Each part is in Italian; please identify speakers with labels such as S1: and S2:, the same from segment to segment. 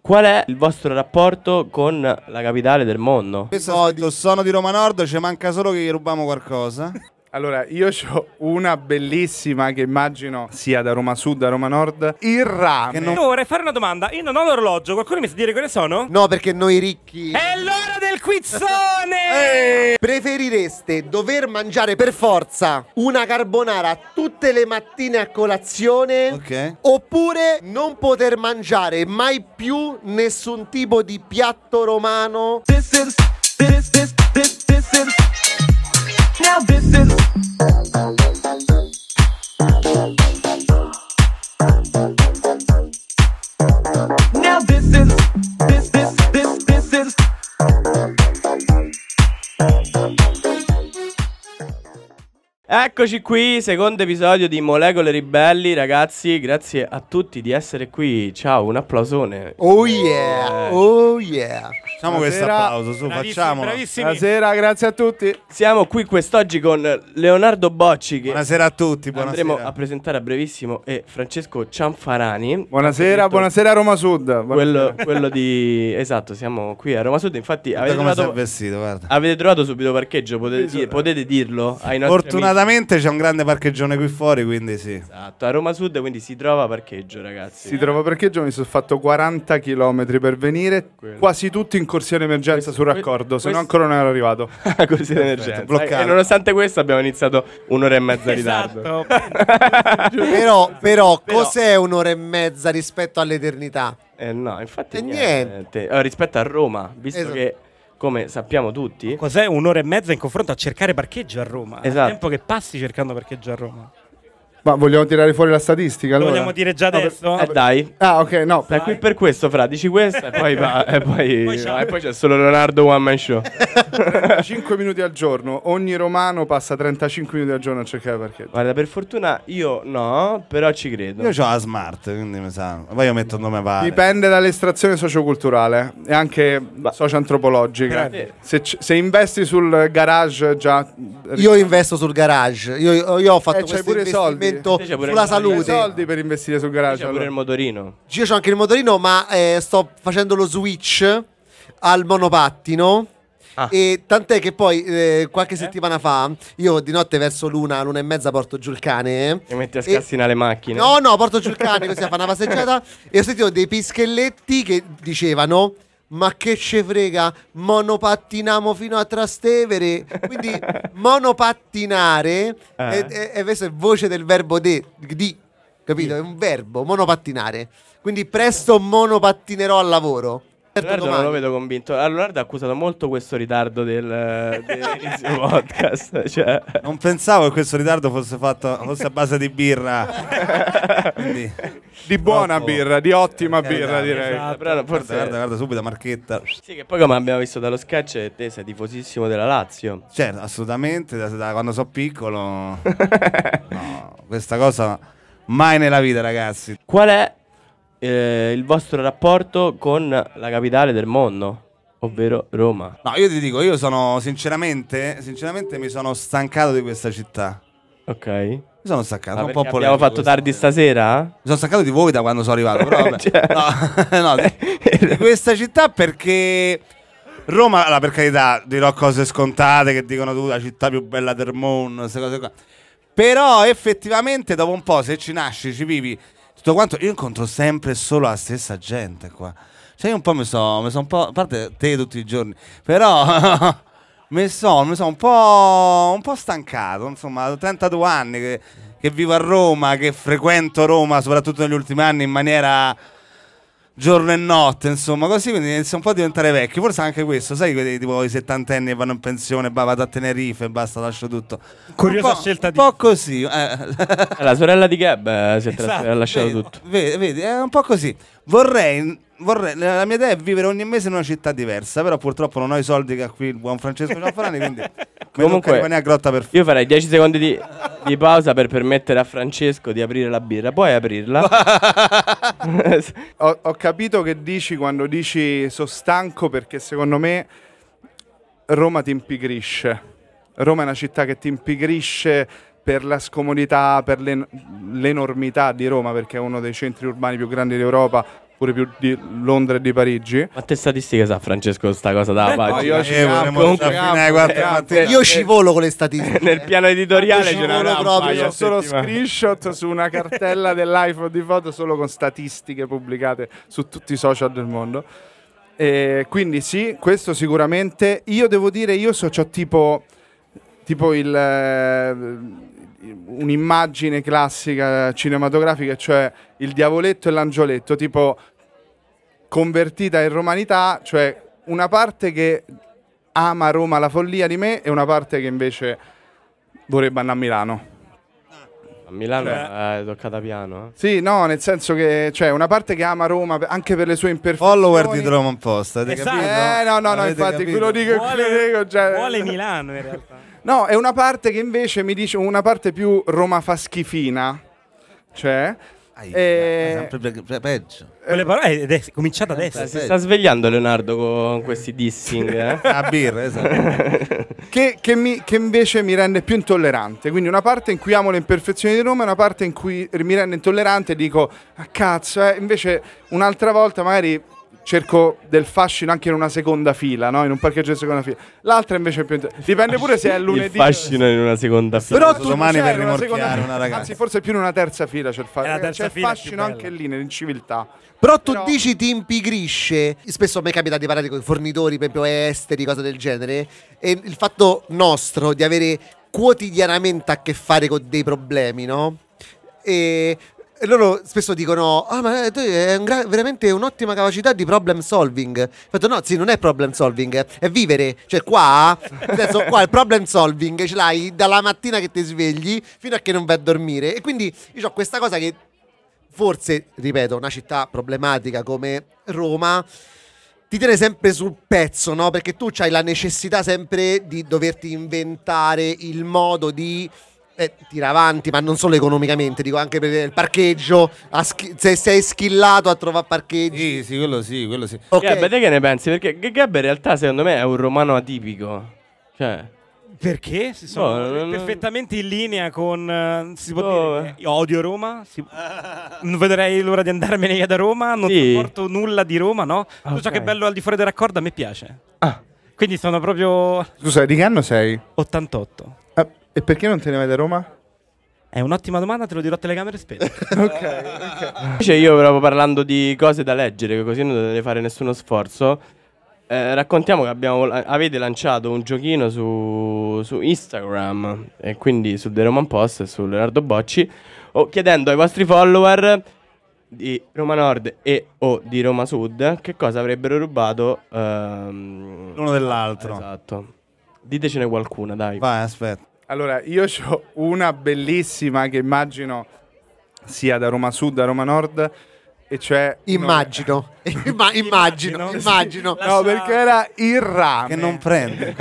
S1: Qual è il vostro rapporto con la capitale del mondo?
S2: Questo ho detto, sono di Roma Nord, ci manca solo che gli rubiamo qualcosa.
S3: Allora, io ho una bellissima che immagino sia da Roma Sud a Roma Nord. Il rame.
S2: Che non-
S4: Io vorrei fare una domanda. Io non ho l'orologio. Qualcuno mi sa dire quale sono?
S5: No, perché noi ricchi.
S4: È l'ora del quizzone!
S5: Preferireste dover mangiare per forza una carbonara tutte le mattine a colazione?
S2: Ok.
S5: Oppure non poter mangiare mai più nessun tipo di piatto romano?
S1: Eccoci qui, secondo episodio di Molecole Ribelli, ragazzi, grazie a tutti di essere qui. Ciao, un applausone.
S5: Oh yeah, oh yeah.
S2: Facciamo questo
S3: Buonasera.
S2: applauso, su,
S4: Bravissimi,
S2: facciamolo.
S4: bravissimi.
S3: Buonasera, grazie a tutti.
S1: Siamo qui quest'oggi con Leonardo Bocci che
S2: Buonasera a tutti, buonasera.
S1: andremo a presentare a brevissimo e Francesco Cianfarani.
S3: Buonasera, buonasera Roma Sud.
S1: Quello,
S3: Buonasera.
S1: quello di... Esatto, siamo qui a Roma Sud, infatti
S2: Guarda
S1: avete Ah,
S2: come si è
S1: trovato,
S2: vestito, guarda.
S1: avete trovato subito parcheggio, potete, dire- potete dirlo ai nostri amici.
S2: Fortunatamente c'è un grande parcheggione qui fuori, quindi sì.
S1: Esatto, a Roma Sud quindi si trova parcheggio ragazzi.
S3: Si trova parcheggio, mi sono fatto 40 km per venire,
S1: Quello.
S3: quasi tutti in corsia emergenza
S1: Questo-
S3: sul raccordo,
S1: que-
S3: se no
S1: questo-
S3: ancora non ero arrivato.
S1: Così d'emergenza.
S2: bloccato.
S1: E nonostante questo abbiamo iniziato un'ora e mezza in ritardo.
S4: Esatto.
S5: Però, però, cos'è un'ora e mezza rispetto all'eternità?
S1: Eh, no, infatti
S5: E
S1: niente. Eh, rispetto a Roma, visto
S5: Esatto.
S1: che come sappiamo tutti,
S4: Cos'è un'ora e mezza in confronto a cercare parcheggio a Roma?
S1: Esatto.
S4: Il tempo che passi cercando parcheggio a Roma.
S3: Ma vogliamo tirare fuori la statistica
S4: Lo
S3: allora?
S4: vogliamo dire già
S3: Vabbè.
S4: adesso?
S1: eh, dai,
S3: Ah, ok, no.
S1: Sei qui per questo, Fra, dici questo e poi, va- e poi-
S4: Poi ciao.
S1: e poi c'è solo Leonardo One Man Show.
S3: 5 minuti al giorno, ogni romano passa 35 minuti al giorno a cercare parcheggio.
S1: Guarda, per fortuna io no, però ci credo.
S2: Io ho la smart, quindi mi sa. Poi io metto il nome pare.
S3: Dipende dall'estrazione socioculturale e anche socio-antropologica.
S1: Grazie.
S3: Se, c- se investi sul garage già...
S5: Io investo sul garage, io, io ho fatto
S3: Eh, c'hai
S5: questo
S3: pure i soldi.
S5: investimento
S1: Te c'hai pure
S5: sulla
S1: i soldi.
S3: ho
S5: salute.
S3: soldi per investire sul garage.
S1: C'è pure il
S3: allora.
S1: motorino.
S5: Io ho anche il motorino, ma eh, sto facendo lo switch al monopattino.
S1: Ah.
S5: E tant'è che poi eh, qualche settimana fa io di notte verso l'una, l'una e mezza porto giù il cane.
S1: E metti a scassina le macchine.
S5: No, no, porto giù il cane così a fare una passeggiata e ho sentito dei pischelletti che dicevano ma che ce frega, monopattiniamo fino a Trastevere. Quindi monopattinare è,
S1: Eh.
S5: è- è- questa è voce del verbo de, di, capito? È un verbo, monopattinare. Quindi presto monopattinerò al lavoro. Certo,
S1: Leonardo non
S5: domani.
S1: lo vedo convinto. Allora, Leonardo ha accusato molto questo ritardo del, dell'inizio podcast. Cioè,
S2: Non pensavo che questo ritardo fosse fatto fosse a base di birra. Quindi,
S3: Di buona
S2: Troppo.
S3: birra, di ottima
S2: Eh,
S3: birra
S2: dai.
S3: direi.
S4: Esatto.
S1: però
S2: guarda,
S1: forse...
S2: guarda, guarda subito Marchetta.
S1: Sì, che poi come abbiamo visto dallo sketch, te sei tifosissimo della Lazio.
S2: Certo, assolutamente, da, da quando so piccolo. No, questa cosa mai nella vita, ragazzi.
S1: Qual è eh, il vostro rapporto con la capitale del mondo, ovvero Roma?
S2: No, io ti dico, io sono sinceramente, sinceramente mi sono stancato di questa città.
S1: Ok.
S2: Mi sono stancato,
S1: Ah,
S2: un
S1: perché
S2: po' polemico
S1: abbiamo fatto
S2: questo,
S1: tardi
S2: eh.
S1: stasera?
S2: Mi sono stancato di voi da quando sono arrivato. Però vabbè.
S1: Cioè-
S2: No, no, di, di questa città perché Roma, allora, per carità, dirò cose scontate che dicono tu, la città più bella del mondo, queste cose qua. Però effettivamente dopo un po', se ci nasci, ci vivi, tutto quanto, io incontro sempre solo la stessa gente qua. Cioè io un po' mi sono, mi so un po', a parte te tutti i giorni, però mi sono mi so un, po', un po' stancato, insomma, ho 32 anni che, che vivo a Roma, che frequento Roma, soprattutto negli ultimi anni in maniera giorno e notte, insomma, così quindi inizio un po' a diventare vecchio. Forse anche questo, sai, quelli tipo i settantenni che vanno in pensione, bah, vado a Tenerife e basta, lascio tutto.
S4: Curiosa
S2: Un po'-
S4: scelta
S2: un
S4: di-
S2: po' così. eh.
S1: Eh, La sorella di Gab eh, si è tras-
S4: Esatto.
S1: ha lasciato
S2: vedi,
S1: tutto.
S2: Vedi, vedi, è un po' così. Vorrei, vorrei- la la mia idea è vivere ogni mese in una città diversa, però purtroppo non ho i soldi che ha qui il buon Francesco Cianfrani, quindi mi tocca rimanere a grotta per
S1: io farei 10 secondi di, di pausa per permettere a Francesco di aprire la birra. Puoi aprirla?
S3: Ho, ho capito che dici quando dici so stanco perché secondo me Roma ti impigrisce. Roma è una città che ti impigrisce per la scomodità, per l'en- l'enormità di Roma perché è uno dei centri urbani più grandi d'Europa, pure più di Londra e di Parigi.
S1: Ma te statistiche sa Francesco sta cosa
S4: Eh,
S1: dalla
S4: no,
S1: pagina?
S3: io-
S2: Eh, vorremmo
S3: Comunque-
S2: stare fino alle quattro di
S3: Campo,
S2: mattina.
S5: Io scivolo con le statistiche.
S1: Nel piano editoriale ce
S5: scivolo
S1: n'avrà un
S5: proprio,
S1: paio
S3: Io
S1: a
S3: ho solo
S1: settimana.
S3: screenshot su una cartella dell'iPhone di foto solo con statistiche pubblicate su tutti i social del mondo. E quindi sì, questo sicuramente. Io devo dire, io so, c'ho tipo, tipo il, eh, un'immagine classica cinematografica, cioè il diavoletto e l'angioletto, tipo convertita in romanità, cioè una parte che ama Roma la follia di me e una parte che invece vorrebbe andare a Milano.
S1: A Milano è toccata piano. eh.
S3: Sì, no, nel senso che c'è una parte che ama Roma per- anche per le sue imperfezioni.
S2: Follower di Roman Post, avete
S4: Esatto.
S2: capito?
S3: Eh, no, no, no,
S2: Avete
S3: infatti,
S2: capito?
S3: quello dico e quello dico.
S4: Vuole,
S3: Cioè...
S4: vuole Milano in realtà.
S1: Eh.
S3: No, è una parte che invece mi dice una parte più Roma fa schifina. Cioè,
S2: Aia,
S3: Eh,
S2: è sempre pe- pe- peggio.
S4: Quelle parole ed è cominciata
S1: Eh,
S4: adesso.
S1: Si sta svegliando Leonardo con questi dissing. eh.
S2: A birra, esatto.
S3: che, che mi- che invece mi rende più intollerante. Quindi una parte in cui amo le imperfezioni di Roma e una parte in cui mi rende intollerante e dico, ah cazzo, eh." invece un'altra volta magari cerco del fascino anche in una seconda fila, no? in un parcheggio di seconda fila. L'altra invece è più... inter- Dipende pure se è lunedì.
S1: Il fascino in una seconda fila.
S3: Però
S2: Sì,
S3: tu
S2: domani
S3: c'è
S2: per
S3: una
S2: rimorchiare
S3: seconda
S2: una
S3: fila.
S2: ragazza.
S3: Anzi, forse più in una terza fila c'è il, fa-
S4: È la terza
S3: c'è il
S4: fila più
S3: fascino
S4: bella.
S3: anche lì nell'inciviltà.
S5: Però tu
S3: Però-
S5: dici ti impigrisce. Spesso a me capita di parlare con i fornitori proprio esteri, cose del genere. E il fatto nostro di avere quotidianamente a che fare con dei problemi, no? E, e loro spesso dicono: Ah, ma eh, tu hai un gra- veramente un'ottima capacità di problem solving. Ho fatto, no, sì, non è problem solving, è vivere. Cioè, qua, adesso qua il problem solving ce l'hai dalla mattina che ti svegli fino a che non vai a dormire. E quindi io ho questa cosa che forse, ripeto, una città problematica come Roma ti tiene sempre sul pezzo, no? Perché tu hai la necessità sempre di doverti inventare il modo di eh, tirare avanti, ma non solo economicamente, dico anche per il parcheggio, a schi- se sei schillato a trovare parcheggi.
S2: Sì, sì, quello sì, quello sì.
S5: Ok.
S1: Gabbe, te che ne pensi? Perché G- Gabbe in realtà secondo me è un romano atipico. Cioè,
S4: Perché? Si sono
S1: No, no, no.
S4: perfettamente in linea con... eh, Si può
S1: No,
S4: dire,
S1: eh.
S4: io odio Roma, si- non vedrei l'ora di andarmene via da Roma, non
S1: Sì.
S4: sopporto nulla di Roma, no?
S1: Ah,
S4: Tu
S1: ok.
S4: so
S1: Ah.
S4: che bello al di fuori del raccordo, a me piace. Quindi sono proprio
S3: Scusa, di che anno sei?
S4: 88.
S3: Ah, e perché non te ne vai da Roma?
S4: È un'ottima domanda, te lo dirò a telecamere spesso.
S1: invece io proprio parlando di cose da leggere, che così non dovete fare nessuno sforzo, eh, raccontiamo che abbiamo, avete lanciato un giochino su, su Instagram e quindi su The Roman Post e su Leonardo Bocci, o chiedendo ai vostri follower di Roma Nord e o di Roma Sud che cosa avrebbero rubato ehm,
S2: L'uno dell'altro.
S1: Esatto. Ditecene qualcuna, dai.
S2: Vai, aspetta.
S3: Allora, io ho una bellissima che immagino sia da Roma Sud a Roma Nord, e cioè...
S5: Immagino, Imma- immagino,
S4: Immagino.
S5: immagino.
S4: La-
S3: No, perché era il rame.
S2: Che non prende.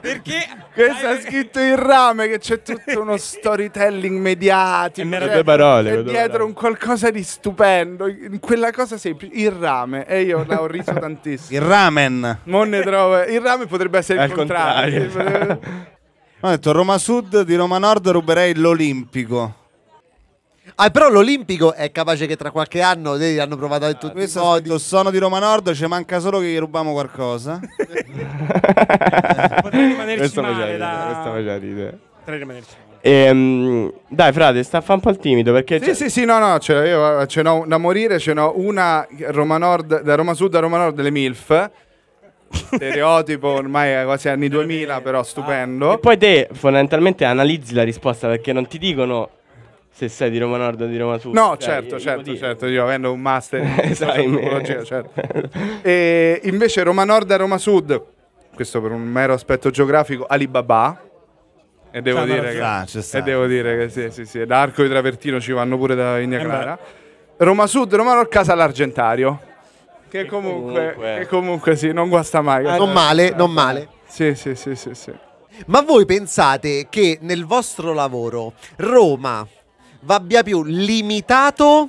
S4: Perché?
S3: Questo ha scritto il rame, che c'è tutto uno storytelling mediatico.
S4: E mi
S1: erano
S3: cioè,
S1: due parole,
S3: c'è
S1: due parole.
S3: dietro un qualcosa di stupendo, in quella cosa semplice, il rame. E io ho riso tantissimo.
S2: Il ramen.
S3: Non ne trovo. Il rame potrebbe essere
S1: È
S3: il
S1: il
S3: contrario.
S1: contrario. esatto.
S2: Ho detto Roma Sud di Roma Nord ruberei l'Olimpico.
S5: Ah, però l'Olimpico è capace che tra qualche anno eh, hanno provato in tutti i
S2: Questo ha
S5: modi.
S2: scritto, sono di Roma Nord, ci manca solo che gli rubiamo qualcosa.
S4: Potrei rimanerci
S1: Questo
S4: male
S1: faceva ridere,
S4: da-
S1: questo faceva ridere.
S4: Potrei rimanerci male.
S1: Ehm, dai, frate, sta a fa un po' il timido perché cioè,
S3: Sì, sì, sì, no, no, ce l'ho io, eh, ce n'ho da morire, ce n'ho una Roma Nord, da Roma Sud a Roma Nord delle MILF. Stereotipo ormai quasi anni 2000, però
S1: E
S3: stupendo.
S1: poi te fondamentalmente analizzi la risposta perché non ti dicono se sei di Roma Nord o di Roma Sud.
S3: No,
S1: Cioè,
S3: certo,
S1: i- i
S3: certo,
S1: motivi.
S3: certo, io avendo un master in
S1: Esatto.
S3: psicologia, certo. E invece Roma Nord a Roma Sud, questo per un mero aspetto geografico, Alibaba. E devo,
S4: Sta
S3: dire
S4: andando
S2: giù. Ah,
S3: che,
S2: ci sta.
S3: e devo dire che sì, Eh, sì, sì, da Arco di Travertino ci vanno pure da Vigna Clara. Roma Sud, Roma Nord, Casa all'Argentario. Che comunque,
S1: comunque- Ah,
S3: che comunque sì, non guasta mai.
S5: Non male, non male.
S3: Sì, sì, sì, sì, sì.
S5: Ma voi pensate che nel vostro lavoro Roma vabbia più limitato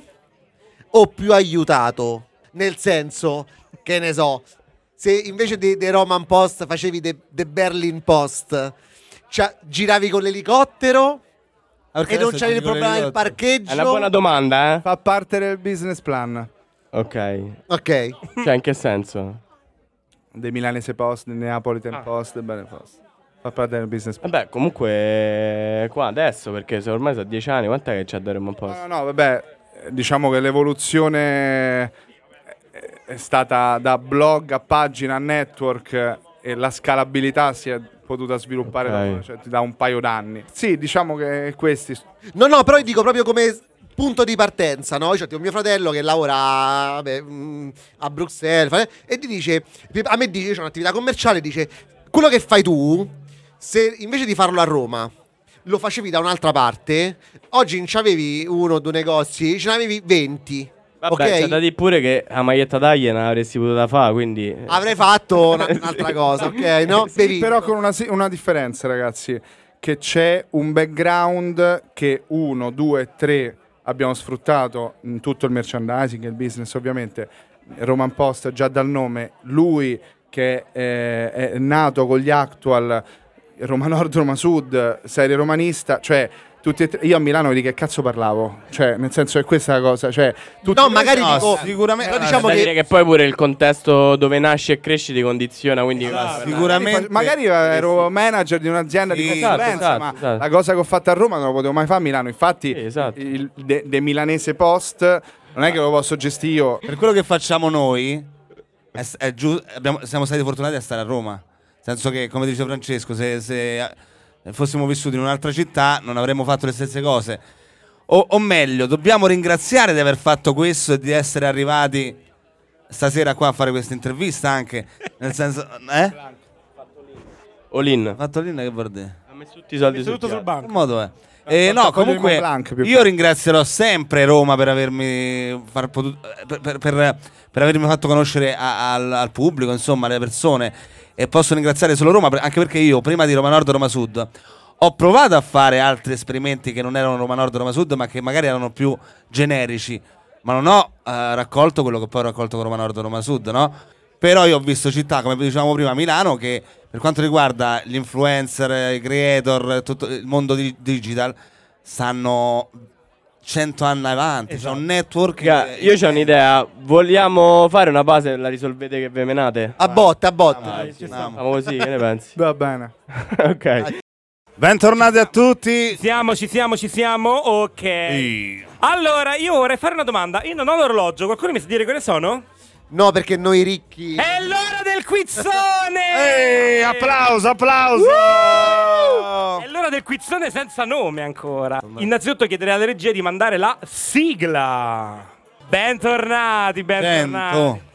S5: o più aiutato? Nel senso, che ne so, se invece dei dei Roman Post facevi The Berlin Post, cioè, giravi con l'elicottero E non c'è il problema del parcheggio.
S1: È una buona domanda, eh?
S3: Fa parte del business plan
S1: Ok.
S5: Ok.
S1: Cioè, in che senso?
S3: dei Milanese Post, dei Neapolitan Post, del Bene Post. Fa parte del business plan.
S1: Vabbè, comunque, qua adesso, perché se ormai sono dieci anni, quant'è che c'è da un po'?
S3: No, no, no, vabbè, eh, diciamo che l'evoluzione eh, è stata da blog a pagina a network eh, e la scalabilità si è potuta sviluppare
S1: Ok.
S3: da, cioè, da un paio d'anni. Sì, diciamo che questi
S5: No, no, però io dico proprio come s- punto di partenza, no? Cioè, tipo mio fratello che lavora vabbè, mm, a Bruxelles fa- e ti dice, a me dice, c'è un'attività commerciale, dice, quello che fai tu, se invece di farlo a Roma lo facevi da un'altra parte, oggi non c'avevi uno o due negozi, ce n'avevi 20.
S1: Vabbè,
S5: ok?
S1: c'è da dire pure che la maglietta taglia non l'avresti potuta fare, quindi... eh,
S5: Avrei fatto una- un'altra cosa, ok? No?
S3: Sì,
S5: Bevi-
S3: però con una, si- una differenza, ragazzi, che c'è un background che uno, due, tre abbiamo sfruttato in tutto il merchandising e il business, ovviamente. Roman Post già dal nome, lui che eh, è nato con gli actual Roma Nord, Roma Sud, serie romanista, cioè tutti e tre- io a Milano di che cazzo parlavo? Cioè, nel senso che questa è la cosa, cioè tutti
S5: No, magari
S2: No,
S5: dico,
S2: sicuramente-
S5: però diciamo
S1: da
S5: che
S1: dire che poi pure il contesto dove nasci e cresci ti condiziona,
S5: Ah,
S1: quindi... Esatto,
S2: Sicuramente.
S3: Magari ero manager di un'azienda di
S2: Sì.
S3: consulenza,
S1: Esatto, esatto,
S3: ma
S1: esatto.
S3: la cosa che ho fatto a Roma non la potevo mai fare a Milano. Infatti,
S1: Sì, esatto.
S3: il de, de Milanese Post non è che lo posso gestire io.
S2: Per quello che facciamo noi, è s- è giu- abbiamo- siamo stati fortunati a stare a Roma. Nel senso che, come dice Francesco, se, se, eh, fossimo vissuti in un'altra città non avremmo fatto le stesse cose. O, o meglio, dobbiamo ringraziare di aver fatto questo e di essere arrivati stasera qua a fare questa intervista anche. Nel senso... Eh?
S1: Olin,
S2: Fatto lì che vuol dire?
S1: ha messo tutti i soldi
S4: Messo
S1: sul
S4: tutto sul
S1: piatto.
S2: Che
S4: banco.
S2: modo è? Eh,
S3: porta
S2: no,
S3: a cogliere
S2: comunque
S3: Mont Blanc, più che-
S2: io ringrazierò sempre Roma per avermi, far potu- per, per- per- per avermi fatto conoscere a- al, al pubblico, insomma, alle persone. E posso ringraziare solo Roma, per- anche perché io prima di Roma Nord e Roma Sud ho provato a fare altri esperimenti che non erano Roma Nord e Roma Sud, ma che magari erano più generici. Ma non ho eh, raccolto quello che poi ho raccolto con Roma Nord e Roma Sud, no? Però io ho visto città, come dicevamo prima, Milano, che per quanto riguarda gli influencer, eh, i creator, tutto il mondo di- digital, stanno 100 anni avanti. C'è un network.
S1: Raga,
S2: eh,
S1: io c'ho un'idea, vogliamo fare una base e la risolvete che ve menate?
S5: a botta, a botta.
S2: Dai, ci stiamo.
S1: Facciamo così, che ne pensi?
S3: Va bene.
S1: ok.
S2: Bentornati a tutti.
S4: Siamo, ci siamo, ci siamo. Ok. Allora, io vorrei fare una domanda. Io non ho l'orologio, qualcuno mi sa dire quale sono?
S5: No, perché noi ricchi...
S1: Eh!
S4: È l'ora del quizzone!
S2: Ehi, applauso, applauso.
S4: È l'ora del quizzone senza nome ancora. Innanzitutto chiederei alla regia di mandare la sigla. Bentornati, bentornati.
S2: Cento.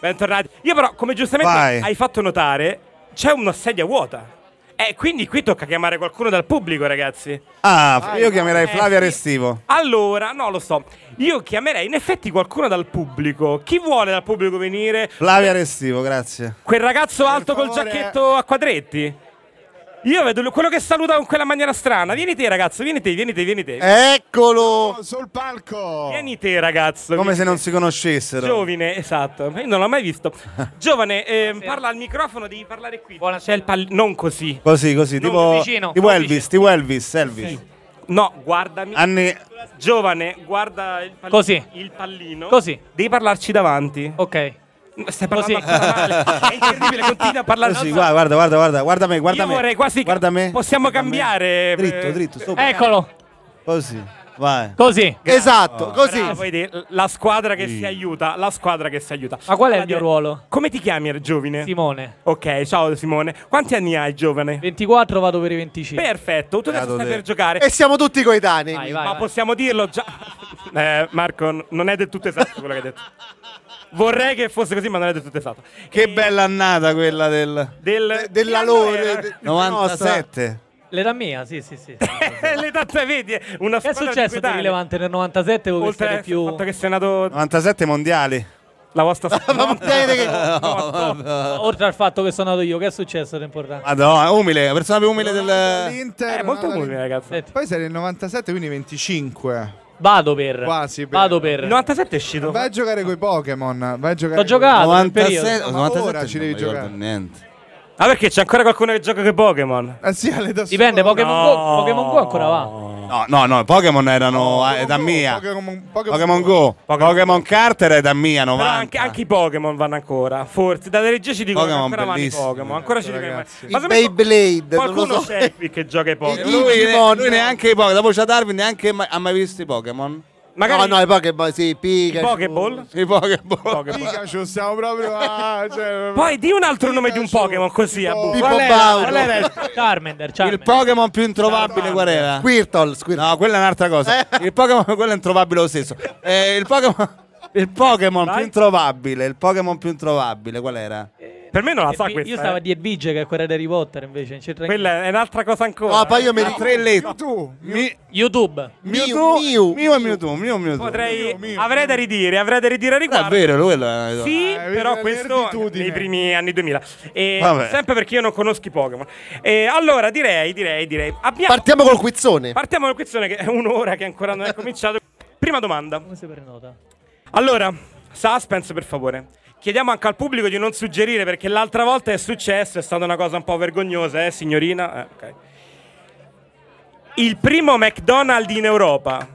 S4: Bentornati. Io però, come giustamente
S2: Vai.
S4: hai fatto notare, c'è una sedia vuota. E quindi qui tocca chiamare qualcuno dal pubblico, ragazzi.
S2: Ah, io chiamerei
S4: Eh,
S2: Flavia
S4: sì.
S2: Restivo.
S4: Allora, no, lo so. Io chiamerei in effetti qualcuno dal pubblico. Chi vuole dal pubblico venire?
S2: Flavia Restivo, grazie.
S4: Quel ragazzo alto col
S3: favore.
S4: giacchetto a quadretti? Io vedo lui- quello che saluta con quella maniera strana. Vieni te, ragazzo, vieni te, vieni te, vieni te.
S2: Eh.
S5: Eccolo!
S3: Sul palco.
S4: Vieni te, ragazzo.
S2: Come
S4: Vieni
S2: se
S4: te.
S2: non si conoscessero.
S4: Giovane, esatto. Io non l'ho mai visto. Giovane, eh, parla al microfono, devi parlare qui. C'è
S6: Buonasera.
S4: il pal- non così.
S2: Così, così,
S6: Non
S2: tipo,
S6: vicino,
S2: tipo
S6: non
S2: Elvis,
S6: vicino.
S2: tipo Elvis, Elvis.
S4: No, guardami.
S2: Anni
S4: Giovane, guarda il pallino.
S6: Così.
S4: Il pallino.
S6: Così.
S4: Devi parlarci davanti.
S6: Ok.
S4: Stai parlando
S6: Così.
S4: ancora male. È incredibile, continua a parlare.
S2: Così, guarda, guarda, guarda, guarda, guarda me, guarda
S4: Io
S2: me.
S4: vorrei quasi-
S2: guarda me.
S4: possiamo
S2: guarda me.
S4: cambiare, eh,
S2: Dritto, dritto, sopra.
S6: Eccolo.
S2: Così. Vai.
S6: Così.
S1: Oh,
S5: Esatto, così.
S4: Bravo, vedi, la squadra che si aiuta, la squadra che si aiuta.
S6: Ma qual è il
S4: Flavio,
S6: mio ruolo?
S4: Come ti chiami, giovine?
S6: Simone.
S4: Ok, ciao Simone. Quanti anni hai, giovane?
S6: 24 vado per i 25.
S4: Perfetto, tu adesso
S2: Beato
S4: stai
S2: te.
S4: per giocare.
S5: E siamo tutti coetanei.
S6: Eh, Vai, vai.
S4: ma
S6: vai.
S4: possiamo dirlo già. Eh, Marco, n- non è del tutto esatto quello che hai detto. Vorrei che fosse così, ma non è del tutto esatto.
S2: Che bella annata quella del
S4: Del,
S5: De- della
S4: Chi
S5: loro-
S4: era?
S5: de-
S2: 97.
S6: L'età mia, sì, sì, sì.
S4: Eh, L'età te vedi, una squadra
S6: Che è
S4: di
S6: successo di
S4: coetanei.
S6: rilevante nel 97 con
S4: Oltre
S6: queste
S4: al
S6: più
S4: fatto che sei nato
S2: 97 mondiali.
S4: la vostra squadra.
S5: Ma vedete che-
S6: Ah, oltre al fatto che sono nato io, che è successo di importante?
S2: Madonna, umile, la persona più umile del
S3: L'Inter,
S4: È Eh, molto
S3: Natale-
S4: umile, ragazzi.
S6: Senti,
S3: Poi sei del 97, quindi 25.
S6: Vado per
S3: Quasi per-
S6: Vado per
S4: Il 97 è uscito.
S3: Vai a giocare coi Pokémon. Vai a giocare.
S6: Ho
S3: coi-
S6: giocato nel
S2: 97,
S6: periodo.
S2: oh,
S3: Ma
S2: 97
S3: ora ci
S2: non
S3: devi
S2: mi ricordo
S3: giocare.
S2: Niente.
S4: Ah, perché c'è ancora qualcuno che gioca che Pokémon?
S3: Eh sì, alle da
S6: Dipende,
S3: solo.
S6: Pokémon Go, Pokémon Go ancora va.
S2: No, no, no, Pokémon erano eh, età
S3: Go,
S2: mia.
S3: Pokémon- Pokémon
S2: Pokémon
S3: Go.
S2: Go, Pokémon Carter è età mia,
S4: Però
S2: 90.
S4: anche, anche i Pokémon vanno ancora, forse. Da legge ci dicono che
S2: Pokémon
S4: ancora vanno i
S2: bellissimi,
S4: Pokémon. Ancora ci dicono
S3: ragazzi.
S4: che- Ma
S5: I
S4: secondo me
S5: Beyblade, non lo
S4: Qualcuno
S5: so.
S4: c'è qui che gioca ai Pokémon.
S5: I
S2: Lui, ne-
S5: Digimon.
S2: lui neanche i Pokémon, dopo c'è Darwin neanche mai- ha mai visto i Pokémon.
S4: Magari
S5: No, no, i Pokémon, sì, Pikachu.
S4: Pokéball.
S2: I Pokémon.
S3: Pikachu, stiamo proprio a... Cioè,
S4: Poi di un altro nome di un
S3: Pikachu,
S4: Pokémon così a buffo.
S5: Pippo
S2: Qual era-
S5: Bauro.
S2: qual era il-
S6: Charmander,
S2: il
S6: Charmander.
S2: Pokémon più introvabile qual era?
S5: Squirtle, Squirtle.
S2: No, quella è un'altra cosa. Il Pokémon quello è introvabile lo stesso. Eh, il Pokémon il Pokémon più
S4: Vai.
S2: introvabile, il Pokémon più introvabile qual era?
S4: Per me non la sa
S6: Io
S4: questa.
S6: stavo
S4: eh.
S6: a dire Bige che è quella di Harry Potter invece. non c'entra niente.
S4: Quella è un'altra cosa ancora.
S2: Oh,
S5: No, poi io mi
S2: I tre letti.
S3: tu,
S2: Mi-
S6: YouTube.
S2: Mewtwo,
S5: Mew,
S2: Mew e Mewtwo, Mew e Mewtwo.
S4: Potrei... Avrei da ridire, avrei da
S5: Eh,
S4: ridire a
S2: È
S4: riguardo.
S2: vero, quello è
S4: Sì,
S3: Eh,
S4: però
S3: è
S4: questo
S3: l'abitudine.
S4: nei primi anni 2000. E
S2: Vabbè.
S4: sempre perché io non conosco i Pokémon. E allora direi, direi, direi. Abbiamo...
S5: Partiamo col quizzone.
S4: Partiamo dal questione che è un'ora che ancora non è cominciato. Prima domanda.
S6: Come si prenota?
S4: Allora, suspense per favore. Chiediamo anche al pubblico di non suggerire perché l'altra volta è successo, è stata una cosa un po' vergognosa, eh, signorina. Eh, ok. Il primo McDonald's in Europa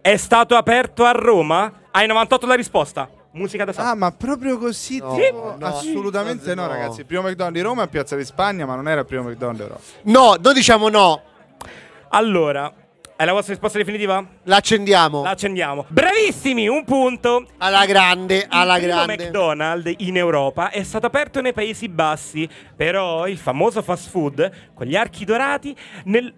S4: è stato aperto a Roma? Hai 98 la risposta. Musica da sala.
S3: Ah, ma proprio così?
S5: No,
S3: tipo?
S5: no,
S3: assolutamente no,
S5: no.
S3: ragazzi. Il primo McDonald's di Roma è a Piazza di Spagna, ma non era il primo McDonald's di Roma.
S5: No, noi diciamo no.
S4: Allora, è la vostra risposta definitiva?
S5: L'accendiamo.
S4: La accendiamo. Bravissimi, un punto.
S5: Alla grande, alla
S4: il primo
S5: grande.
S4: McDonald's in Europa è stato aperto nei Paesi Bassi, però il famoso fast food con gli archi dorati nel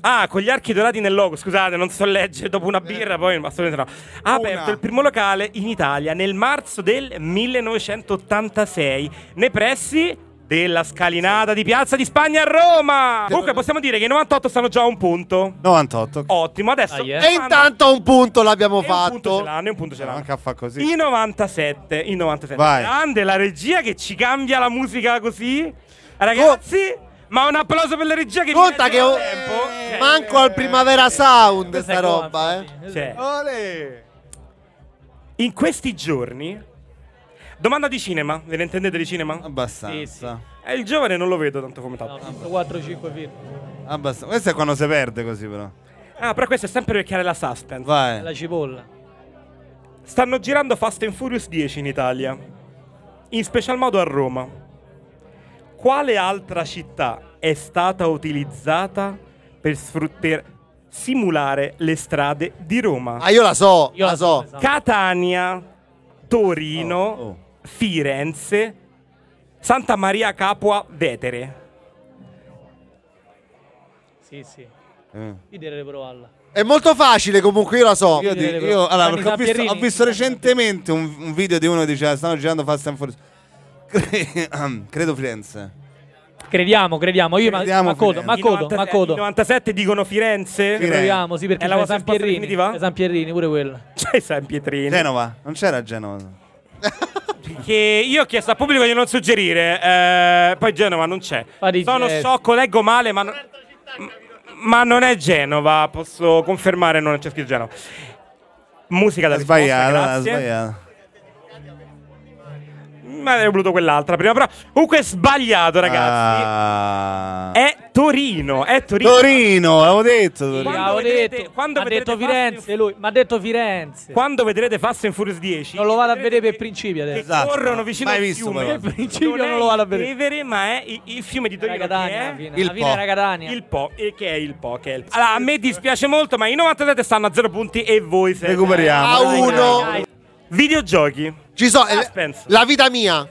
S4: Ah, con gli archi dorati nel logo, scusate, non so leggere dopo una birra, poi assolutamente no. Ha
S3: Una.
S4: aperto il primo locale in Italia nel marzo del 1986, nei pressi della scalinata di Piazza di Spagna a Roma. Comunque possiamo dire che i 98 stanno già a un punto.
S2: 98.
S4: Ottimo, adesso
S6: Ah, yeah.
S5: E intanto un punto l'abbiamo
S4: e un punto ce
S5: fatto.
S4: l'hanno, e un punto ce l'hanno.
S2: Anche a fa così.
S4: I 97, i 97.
S2: Vai.
S4: Grande la regia che ci cambia la musica così. Ragazzi, ma un applauso per la regia che
S5: Conta
S4: mi
S5: che ho-
S4: Eh,
S5: Eh.
S4: tempo. eh,
S5: manco al Primavera Sound
S6: Questa
S5: sta
S6: è
S5: roba,
S6: roba,
S5: eh.
S4: Cioè,
S3: Ole!
S4: in questi giorni domanda di cinema, ve ne intendete di cinema?
S2: Abbastanza.
S6: Sì, sì.
S4: Eh, il giovane non lo vedo tanto commentato.
S6: No, 4-5 film.
S2: Abbast- Questo è quando si perde così però.
S4: Ah, però questo è sempre per creare la suspense.
S2: Vai.
S6: La cipolla.
S4: Stanno girando Fast and Furious 10 in Italia, in special modo a Roma. Quale altra città è stata utilizzata per, sfrut- per simulare le strade di Roma?
S5: Ah, io la so,
S6: Io esatto.
S5: la so.
S4: Catania, Torino,
S2: Oh, oh.
S4: Firenze, Santa Maria Capua Vetere.
S6: Sì, sì.
S2: Eh.
S6: Io direi di provarla.
S5: È molto facile comunque, io la so.
S2: Io,
S6: Io direi
S2: di-
S6: proprio.
S2: io- allora,
S6: Gianni
S2: perché ho visto,
S6: Sapierini.
S2: ho visto recentemente un, un video di uno che diceva stanno girando Fast and Furious. Cre- Credo Firenze.
S6: Crediamo, crediamo. Io ma,
S2: Crediamo,
S6: ma codo, ma
S4: I
S6: codo,
S4: 90
S6: ma
S4: i
S6: codo.
S4: 97 dicono Firenze.
S2: Sì.
S6: Proviamo, sì, perché
S4: È la
S6: c'è
S4: vostra
S6: San
S4: risposta
S6: Pierrini.
S4: definitiva?
S6: c'è San Pierrini pure quella.
S4: C'è Cioè, San Pietrini.
S2: Genova? Non c'era Genova.
S4: Che io ho chiesto al pubblico di non suggerire, eh, poi Genova non c'è.
S6: Fare i
S4: Sono
S6: gesti.
S4: sciocco, leggo male, ma, non- ma non è Genova, posso confermare, non c'è scritto Genova. Musica da
S2: È
S4: risposta,
S2: sbagliata, è
S4: grazie.
S2: sbagliata.
S4: Ma avrei voluto quell'altra prima, però comunque è sbagliato, ragazzi.
S2: Ah.
S4: È Torino, è Torino.
S2: Torino, l'avevo detto.
S4: Quando
S2: Torino.
S6: Sì, avevo
S4: vedrete-
S6: detto-
S4: quando
S6: ha
S4: vedrete
S6: detto
S4: Fast and
S6: Firenze lui, mi ha detto Firenze.
S4: Quando vedrete Fast and Furious 10,
S6: Non lo vado a
S4: vedrete
S6: vedere per
S4: che-
S6: principio
S4: Che
S6: adesso.
S2: Esatto.
S4: corrono vicino
S2: Mai
S4: al
S2: visto,
S4: fiume.
S2: però.
S6: Per principio
S4: è
S6: non lo vado a
S4: il
S6: vedere.
S4: Tevere, ma è il, il fiume di
S6: Era
S4: Torino. che
S6: Catania, alla
S4: è?
S6: fine.
S2: Il
S6: Alla fine
S2: Po.
S6: era Catania.
S4: Il po, e che è il po, che è il Allora, a me dispiace molto, ma i 97 stanno a 0 punti e voi siete
S2: Recuperiamo.
S5: A
S2: Dai,
S5: uno.
S4: dai. Videogiochi.
S5: Ci so, eh,
S4: Suspense.
S5: la vita mia.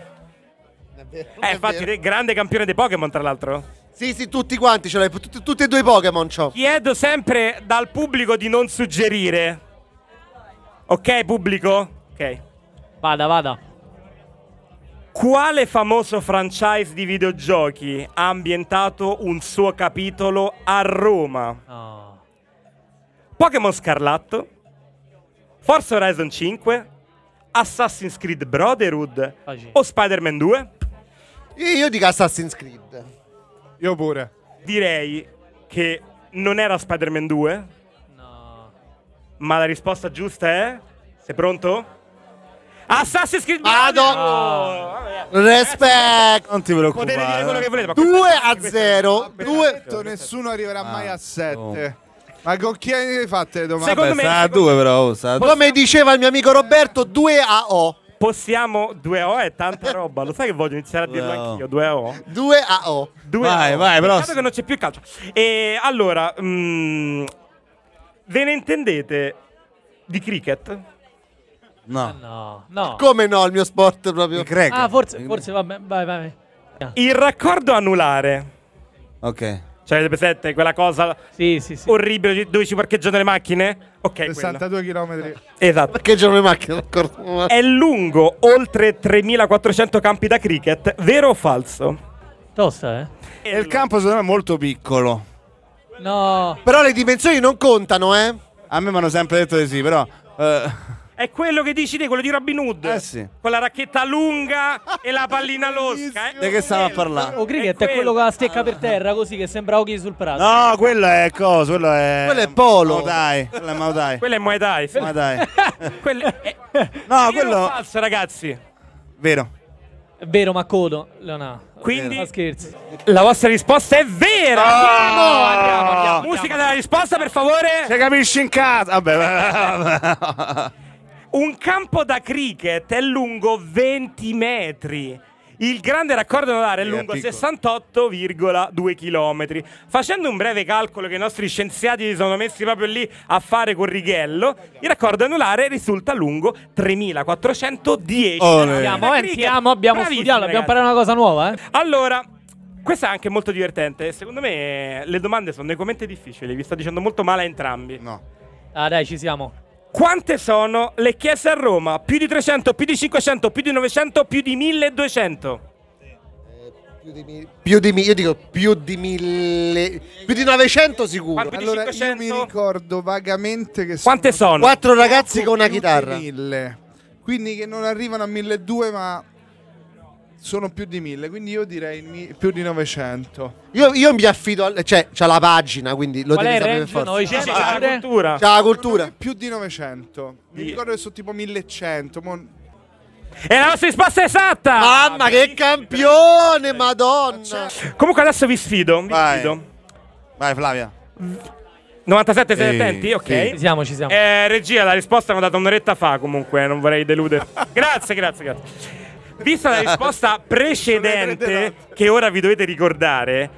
S4: Eh, infatti, te- grande campione dei Pokémon, tra l'altro.
S5: Sì, sì, tutti quanti ce l'hai, tutti, tutti e due i Pokémon c'ho.
S4: Chiedo sempre dal pubblico di non suggerire. Ok, pubblico? Ok.
S6: Vada, vada.
S4: Quale famoso franchise di videogiochi ha ambientato un suo capitolo a Roma?
S6: No.
S4: Pokémon Scarlatto, Forza Horizon 5, Assassin's Creed Brotherhood
S6: Facile.
S4: o Spider-Man 2?
S5: Io, io dico Assassin's Creed.
S3: Io pure.
S4: Direi che non era Spider-Man 2,
S6: No.
S4: ma la risposta giusta è... Sei pronto? Assassin's Creed
S5: Vado.
S4: Brotherhood! Oh, Vabbè.
S5: Respect.
S2: Eh, Non ti preoccupare.
S4: Potete dire quello che volete, ma
S5: 2
S4: questa-
S5: a 0. Ah,
S3: Due, nessuno arriverà mai a sette.
S2: no.
S3: Ma con chi hai fatto le domande?
S4: Secondo
S2: Beh,
S4: me-
S2: sta a
S4: secondo-
S2: due, però. oh, sta a due.
S5: Come diceva il mio amico Roberto, 2 a O.
S4: Possiamo 2 o è tanta roba, lo sai che voglio iniziare a dirlo
S2: Due a O.
S4: anch'io, 2 o.
S5: 2 a O.
S4: Due
S2: Vai,
S4: no.
S2: vai, però-
S4: Peccato che non c'è più il calcio. E allora, mm, ve ne intendete di cricket?
S2: No.
S6: No, no.
S5: Come no, il mio sport proprio.
S2: Il Greg.
S6: Ah, forse, forse vabbè, vai, vai.
S4: Il raccordo anulare.
S2: Ok.
S4: Cioè, avete presente quella cosa
S6: Sì, sì, sì.
S4: orribile dove ci parcheggiano le macchine? Ok, quello.
S3: 62 km.
S4: Esatto.
S5: Perché c'erano le macchine? d'accordo.
S4: È lungo oltre 3400 campi da cricket, vero o falso?
S6: Tosta, eh.
S4: E
S2: Il campo secondo me è molto piccolo.
S6: No.
S5: Però le dimensioni non contano, eh?
S2: A me mi hanno sempre detto di sì, però. eh,
S4: È quello che dici te, quello di Robin Hood.
S2: Eh sì.
S4: Con la racchetta lunga e la pallina losca. eh.
S2: di che stiamo a parlare?
S6: O Oh, cricket è,
S4: quello.
S6: quello con la stecca per terra, così che sembra Oki sul prato.
S2: No, quello è cosa? Quello è.
S5: Quello è polo.
S2: Mau dai. Quello è Mau dai.
S4: Quello è Muay Thai.
S2: Mau dai.
S4: Quello è...
S2: No,
S4: Vero o
S2: quello.
S4: falso, ragazzi.
S2: Vero.
S6: È vero, ma codo. Leonardo.
S4: Quindi- Eh.
S6: Ma scherzi.
S4: La vostra risposta è vera. Andiamo, andiamo,
S2: Oh! andiamo.
S4: Musica della risposta, per favore.
S2: Se capisci in casa. Vabbè, vabbè, vabbè.
S4: Un campo da cricket è lungo 20 metri. Il grande raccordo anulare è
S2: Sì, è
S4: lungo
S2: piccolo.
S4: 68,2 km. Facendo un breve calcolo che i nostri scienziati si sono messi proprio lì a fare con righello, il raccordo anulare risulta lungo 3410.
S2: Olè.
S4: km.
S6: Andiamo,
S4: Da
S6: eh,
S4: cricket.
S6: andiamo, abbiamo
S4: Bravissimi,
S6: studiato, abbiamo
S4: ragazzi.
S6: imparato una cosa nuova, eh.
S4: Allora, questa è anche molto divertente. Secondo me le domande sono dei commenti difficili. Vi sto dicendo molto male a entrambi.
S2: No.
S6: Ah, dai, ci siamo.
S4: Quante sono le chiese a Roma? Più di 300, più di 500, più di 900, più di 1200.
S5: Più di, mi- più di mi- io dico più di mille, più di 900 sicuro.
S4: Quanto- Più di
S3: Allora, io
S4: 500?
S3: mi ricordo vagamente che
S4: Quante sono?
S5: Quattro ragazzi con una
S3: più di
S5: chitarra.
S3: 1000. Quindi che non arrivano a 1200, ma sono più di 1000, quindi io direi mi- più di 900.
S5: Io, io mi affido, al- cioè c'ha la pagina, quindi lo
S6: Qual
S5: devi
S6: è il
S5: sapere per
S6: range?
S5: forza.
S4: Sì,
S6: 900?
S4: sì, la
S6: pure?
S4: cultura.
S5: C'ha la cultura.
S3: Più di 900. Mi
S4: Di-
S3: ricordo che sono tipo 1100. mo-
S4: E la nostra risposta è esatta!
S5: Mamma che campione, madonna.
S4: Comunque adesso vi sfido, vi
S2: Vai.
S4: sfido.
S2: Vai, Flavia.
S4: 97 siete
S2: Sì,
S4: attenti? Ok.
S6: Ci siamo, ci siamo.
S4: Eh, regia, la risposta mi ha dato un'oretta fa comunque, non vorrei deludere. grazie, grazie, grazie. Vista la risposta precedente, che ora vi dovete ricordare,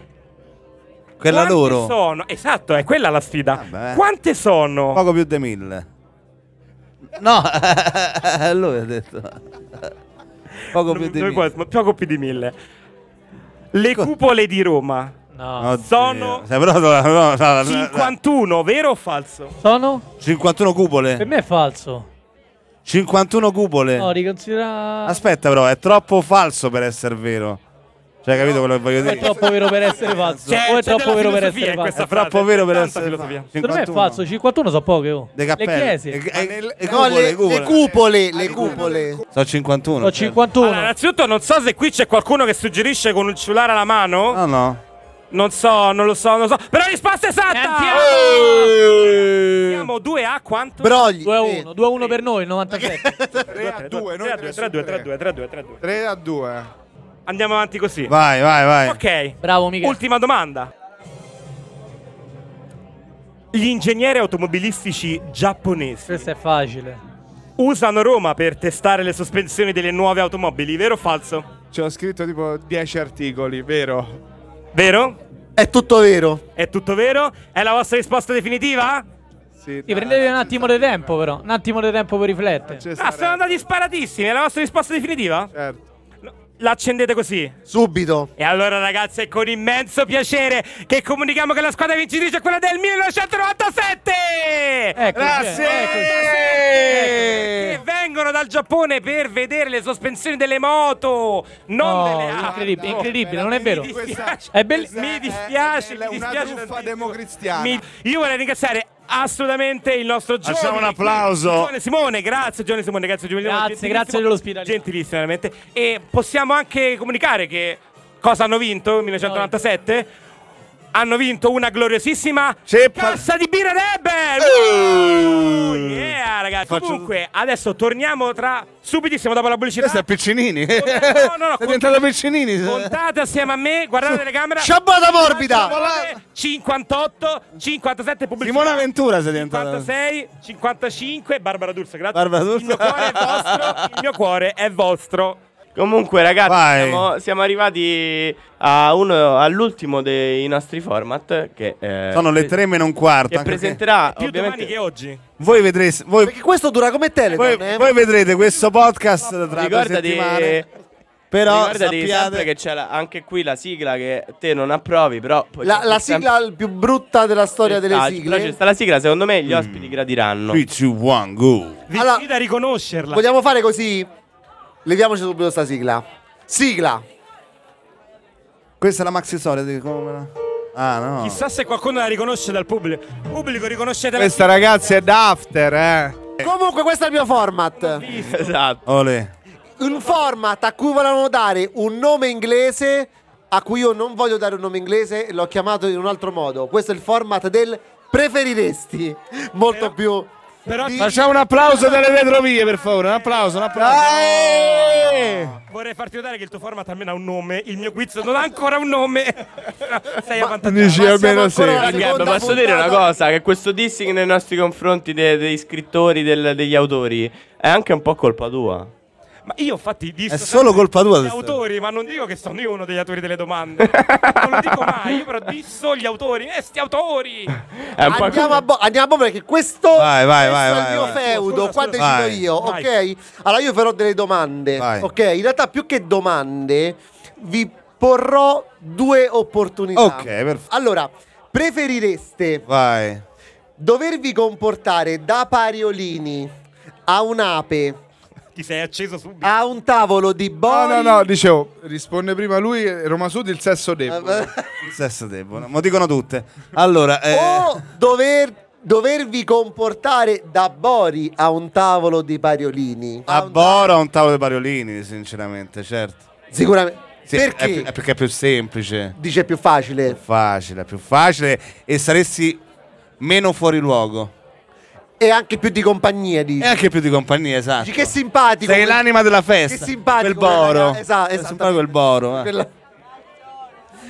S2: Quella
S4: quante
S2: loro.
S4: sono? Esatto, è quella la sfida.
S2: Vabbè.
S4: Quante sono?
S2: Poco più di mille. No, lui ha detto. Poco più di
S4: Dove
S2: mille.
S4: qua- ma Poco più di mille. Le cupole di Roma.
S6: No.
S2: Oddio.
S4: Sono-
S2: Sei però- no, no, no, no.
S4: 51, vero o falso?
S6: Sono?
S2: 51
S4: Eh.
S6: Per
S2: cupole.
S6: me è falso.
S2: 51 cupole.
S6: No, riconsidera...
S2: Aspetta, però, è troppo falso per essere vero. Cioè, hai capito quello che voglio
S6: O è
S2: dire?
S6: troppo vero per essere falso.
S4: Cioè, C'è-
S6: o Cioè, è
S4: c'è
S6: troppo
S4: della
S6: vero per
S4: filosofia
S6: essere
S4: in
S6: falso.
S4: questa
S2: È troppo
S4: frase,
S2: vero per
S4: tanta
S2: essere
S4: filosofia.
S2: falso.
S6: Secondo me è
S2: 51.
S6: falso, 51 so poche. Oh.
S2: De
S6: Le
S2: cappelle.
S6: chiese.
S2: E- e-
S3: nel-
S2: e
S5: No,
S2: cupole,
S5: le,
S2: cupole.
S5: le cupole, le cupole.
S2: Sono 51.
S6: Sono
S2: certo.
S6: 51.
S4: Cioè. Allora, innanzitutto non so se qui c'è qualcuno che suggerisce con un ciulare alla mano.
S2: No, no.
S4: Non so, non lo so, non lo so. Però la risposta è esatta!
S6: Andiamo!
S4: Siamo 2 a quanto?
S5: Brogli.
S6: 2 a 1,
S5: eh.
S6: 2 a 1 per noi, il 97.
S3: 3 a 2,
S4: 3 a 2, 3 a 2, 3 a 2, 3 a 2,
S3: 3 a 2.
S4: Andiamo avanti così.
S2: Vai, vai, vai.
S4: Ok.
S6: Bravo Michele.
S4: Ultima domanda. Gli ingegneri automobilistici giapponesi
S6: Questo è facile.
S4: usano Roma per testare le sospensioni delle nuove automobili, vero o falso?
S3: Ci ho scritto tipo 10 articoli, vero?
S4: Vero?
S5: È tutto vero.
S4: È tutto vero? È la vostra risposta definitiva?
S3: Sì,
S6: Sì, prendetevi un attimo di tempo però, un attimo di tempo per riflettere.
S4: Ah, sono andati sparatissimi, è la vostra risposta definitiva?
S3: Certo.
S4: L'accendete così.
S5: Subito.
S4: E allora ragazzi è con immenso piacere che comunichiamo che la squadra vincitrice è quella del 1997!
S6: Ecco,
S2: Grazie!
S4: eh. Che vengono dal Giappone per vedere le sospensioni delle moto, non
S6: No,
S4: delle auto.
S6: incredibile, incredibile, non è vero.
S4: Mi dispiace,
S6: È bell-
S4: mi dispiace, mi dispiace
S3: È una truffa
S4: tantissimo.
S3: democristiana.
S4: Mi- io vorrei ringraziare assolutamente il nostro giovane
S2: Facciamo un applauso.
S4: Giovane Simone, grazie Giovane Simone, grazie Giovane Simone,
S6: Grazie,
S4: gentilissimo.
S6: grazie dell'ospitalità.
S4: Gentilissimo veramente. E possiamo anche comunicare che cosa hanno vinto 1997? hanno vinto una gloriosissima
S2: Ceppa-
S4: cassa di birra Rebel! Oh, yeah, ragazzi.
S2: Faccio-
S4: Comunque, adesso torniamo tra subitissimo dopo la pubblicità.
S2: Questo è Piccinini.
S4: no, no,
S2: è diventato Piccinini.
S4: Contate assieme a me, guardate le camere.
S2: Sciabbata morbida.
S4: 58, 57 pubblicità.
S2: Simona Ventura sei diventata.
S4: 56, 55, Barbara D'Urso, grazie.
S2: Barbara D'Urso.
S4: Il mio cuore è vostro, il mio cuore è vostro.
S1: Comunque, ragazzi,
S2: Vai.
S1: siamo, siamo arrivati a uno- all'ultimo dei nostri format. Che eh,
S2: Sono le tre meno un quarto.
S1: Che
S2: anche perché-
S1: presenterà
S4: Più
S1: ovviamente.
S4: domani che oggi.
S2: Voi vedrete, voi,
S5: Perché questo dura come Telegram,
S2: voi-
S5: eh?
S2: voi vedrete questo podcast tra due
S1: Ricordati,
S2: settimane. Però
S1: ricordati sempre
S2: sappiate
S1: che c'è la- anche qui la sigla che te non approvi, però. poi
S5: La,
S1: c'è
S5: la
S1: sempre-
S5: sigla più brutta della storia
S1: Ah,
S5: delle
S1: però c'è
S5: sigle.
S1: sta la sigla, secondo me
S2: Mm.
S1: gli ospiti gradiranno.
S2: 3, 2, 1, go.
S4: Vi
S5: Allora-
S4: sfido a riconoscerla.
S5: Vogliamo fare così? Leviamoci subito sta sigla. Sigla.
S2: Questa è la maxi storia. di- come la- Ah, no.
S4: Chissà se qualcuno la riconosce dal pubblico. Pubblico, riconoscete la
S3: Questa ragazzi è da after, eh.
S5: Comunque questo è il mio format.
S1: Esatto.
S2: Ole.
S5: Un format a cui volevano dare un nome inglese, a cui io non voglio dare un nome inglese e l'ho chiamato in un altro modo. Questo è il format del preferiresti. Molto più...
S4: Però
S5: di-
S2: Facciamo un applauso delle retrovie, per favore. Un applauso, un applauso.
S4: Vorrei farti notare che il tuo format almeno ha un nome, il mio quiz non ha ancora un nome. Sei avvantaggiato.
S3: Dici almeno
S5: siamo ancora
S3: sì.
S5: alla
S1: Ragazzi,
S5: seconda
S1: posso dire una
S5: puntata.
S1: cosa? Che questo dissing nei nostri confronti de- degli scrittori, del- degli autori, è anche un po' colpa tua.
S4: Ma io infatti disso
S2: È solo colpa tua.
S4: gli
S2: questa.
S4: autori, ma non dico che sono io uno degli autori delle domande. non lo dico mai, io però disso gli autori, eh sti autori.
S1: È un po'
S5: Andiamo a, bo- andiamo a bomba perché questo,
S2: Vai, vai,
S5: questo
S2: vai,
S5: è
S2: vai,
S5: il mio
S2: vai.
S5: feudo,
S4: Scusa,
S5: qua
S4: scusa.
S5: decido
S2: Vai.
S5: io,
S4: Vai.
S5: ok? Allora io farò delle domande,
S2: Vai.
S5: ok? In realtà più che domande vi porrò due opportunità.
S2: Ok, perfetto.
S5: Allora, preferireste
S2: Vai.
S5: dovervi comportare da pariolini a un'ape,
S4: Ti sei acceso subito.
S5: a un tavolo di
S3: No,
S5: boi
S3: no, no, dicevo, risponde prima lui, Roma Sud, il sesso debole.
S2: Il sesso debole. Ma dicono tutte. Allora, eh,
S5: o dover- dovervi comportare da bori a un tavolo di pariolini.
S2: a Bora un tavolo di pariolini, sinceramente, certo.
S5: Sicuramente.
S2: Sì, è
S5: perché?
S2: più- È, perché è più semplice.
S5: Dice più facile.
S2: Facile, è più facile e saresti meno fuori luogo.
S5: E anche più di compagnia, dici.
S2: E anche più di compagnia, esatto.
S5: Dici, che simpatico.
S2: Eh, Sei
S5: quel-
S2: l'anima della festa.
S5: Che simpatico.
S2: Quel boro.
S5: quella- Esatto,
S2: È simpatico quel boro. eh.
S5: Quella-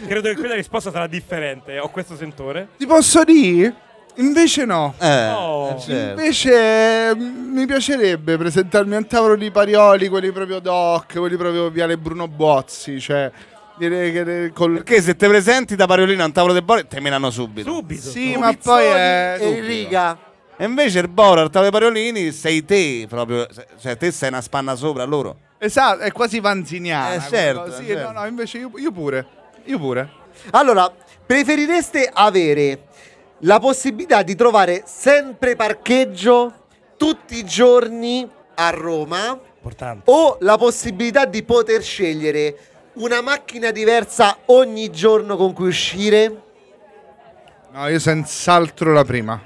S4: Credo che qui la risposta sarà differente, ho questo sentore.
S3: Ti posso dire? Invece no.
S2: Eh,
S4: Oh.
S2: eh, certo.
S3: Invece mm, mi piacerebbe presentarmi a un tavolo di parioli, quelli proprio doc, quelli proprio viale Bruno Bozzi, cioè dire che eh, col
S2: Perché se te presenti da pariolino a un tavolo del boro, te menano subito.
S4: Subito.
S3: Sì, ma poi
S2: eh,
S3: è
S5: E in riga.
S2: E invece il boro al tavolo dei pariolini sei te proprio. Cioè, te sei una spanna sopra a loro.
S3: Esatto, è quasi vanziniana.
S2: Eh,
S3: quella
S2: certo,
S3: cosa. Sì,
S2: certo.
S3: no, no, invece io, io pure. Io pure.
S5: Allora, preferireste avere la possibilità di trovare sempre parcheggio tutti i giorni a Roma
S4: Importante.
S5: o la possibilità di poter scegliere una macchina diversa ogni giorno con cui uscire?
S3: No, io senz'altro la prima.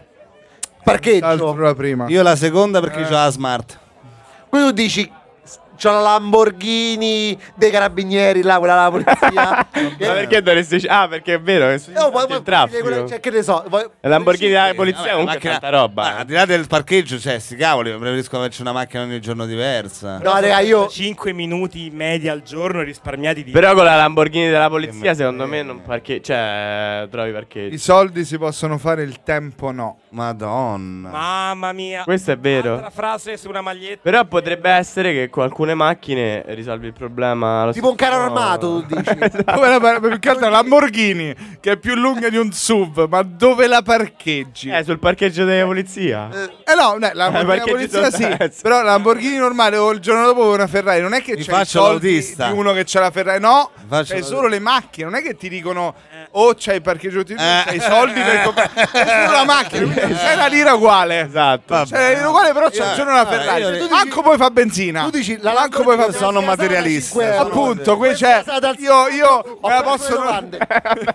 S3: Senz'altro
S5: Parcheggio.
S3: la prima.
S2: Io la seconda perché c'ho la smart.
S1: Eh,
S5: Poi tu dici c'ho la Lamborghini dei carabinieri là, quella Eh, la polizia.
S1: Ma perché dovresti... Ah, perché è vero, è
S5: Eh, oh, ma- ma-
S1: il traffico.
S5: quella- cioè, che ne so, voi-
S1: La Lamborghini della
S2: Vabbè,
S1: polizia comunque è
S2: Eh, macchina-
S1: tanta
S2: Ma
S1: roba. eh.
S2: al di là del parcheggio, cioè, sti cavoli, preferisco averci una macchina ogni giorno diversa.
S5: No, raga, io
S4: 5 minuti media al giorno risparmiati di
S1: Però con la Lamborghini della polizia, secondo me, non parche... Cioè, trovi
S3: I
S1: parcheggio.
S3: soldi si possono fare, il tempo no.
S2: Madonna.
S4: Mamma mia.
S1: Questo è vero.
S4: Altra frase su una maglietta.
S1: Però potrebbe essere che con alcune macchine risolvi il problema. allo
S5: tipo un
S1: stesso
S5: carro
S1: modo.
S5: armato, tu dici.
S3: Come la par- più che altro la Lamborghini, che è più lunga di un SUV, ma dove la parcheggi?
S1: Eh, sul parcheggio della polizia.
S3: Eh no, no, la Lamborghini
S1: perché
S3: della polizia
S1: ci sono
S3: sì,
S1: terzi.
S3: però la Lamborghini normale o il giorno dopo una Ferrari, non è che
S2: Mi
S3: c'è i
S2: faccio
S3: soldi
S2: l'autista.
S3: di uno che c'ha la Ferrari, no,
S2: Mi faccio
S3: è
S1: esatto.
S2: l'autista.
S3: solo le macchine, non è che ti dicono o c'hai il parcheggio utile,
S2: Eh.
S3: c'hai i soldi per comprare, è solo la macchina, quindi c'è la lira uguale,
S1: Esatto.
S2: Vabbè.
S3: c'è la lira uguale però c'è
S2: Io-
S3: il giorno la
S2: vabbè,
S3: Ferrari,
S2: io-
S3: Cioè,
S2: tu dici-
S3: manco poi fa benzina,
S5: Tu dici la
S3: manco poi fa
S5: Lamborghini
S2: sono
S5: della Casana,
S2: materialista,
S5: 5 euro.
S3: appunto, qui
S5: Questa
S3: c'è,
S5: è stata
S3: io, io
S5: Ho
S3: me la
S5: fatto
S3: posso...
S5: due domande.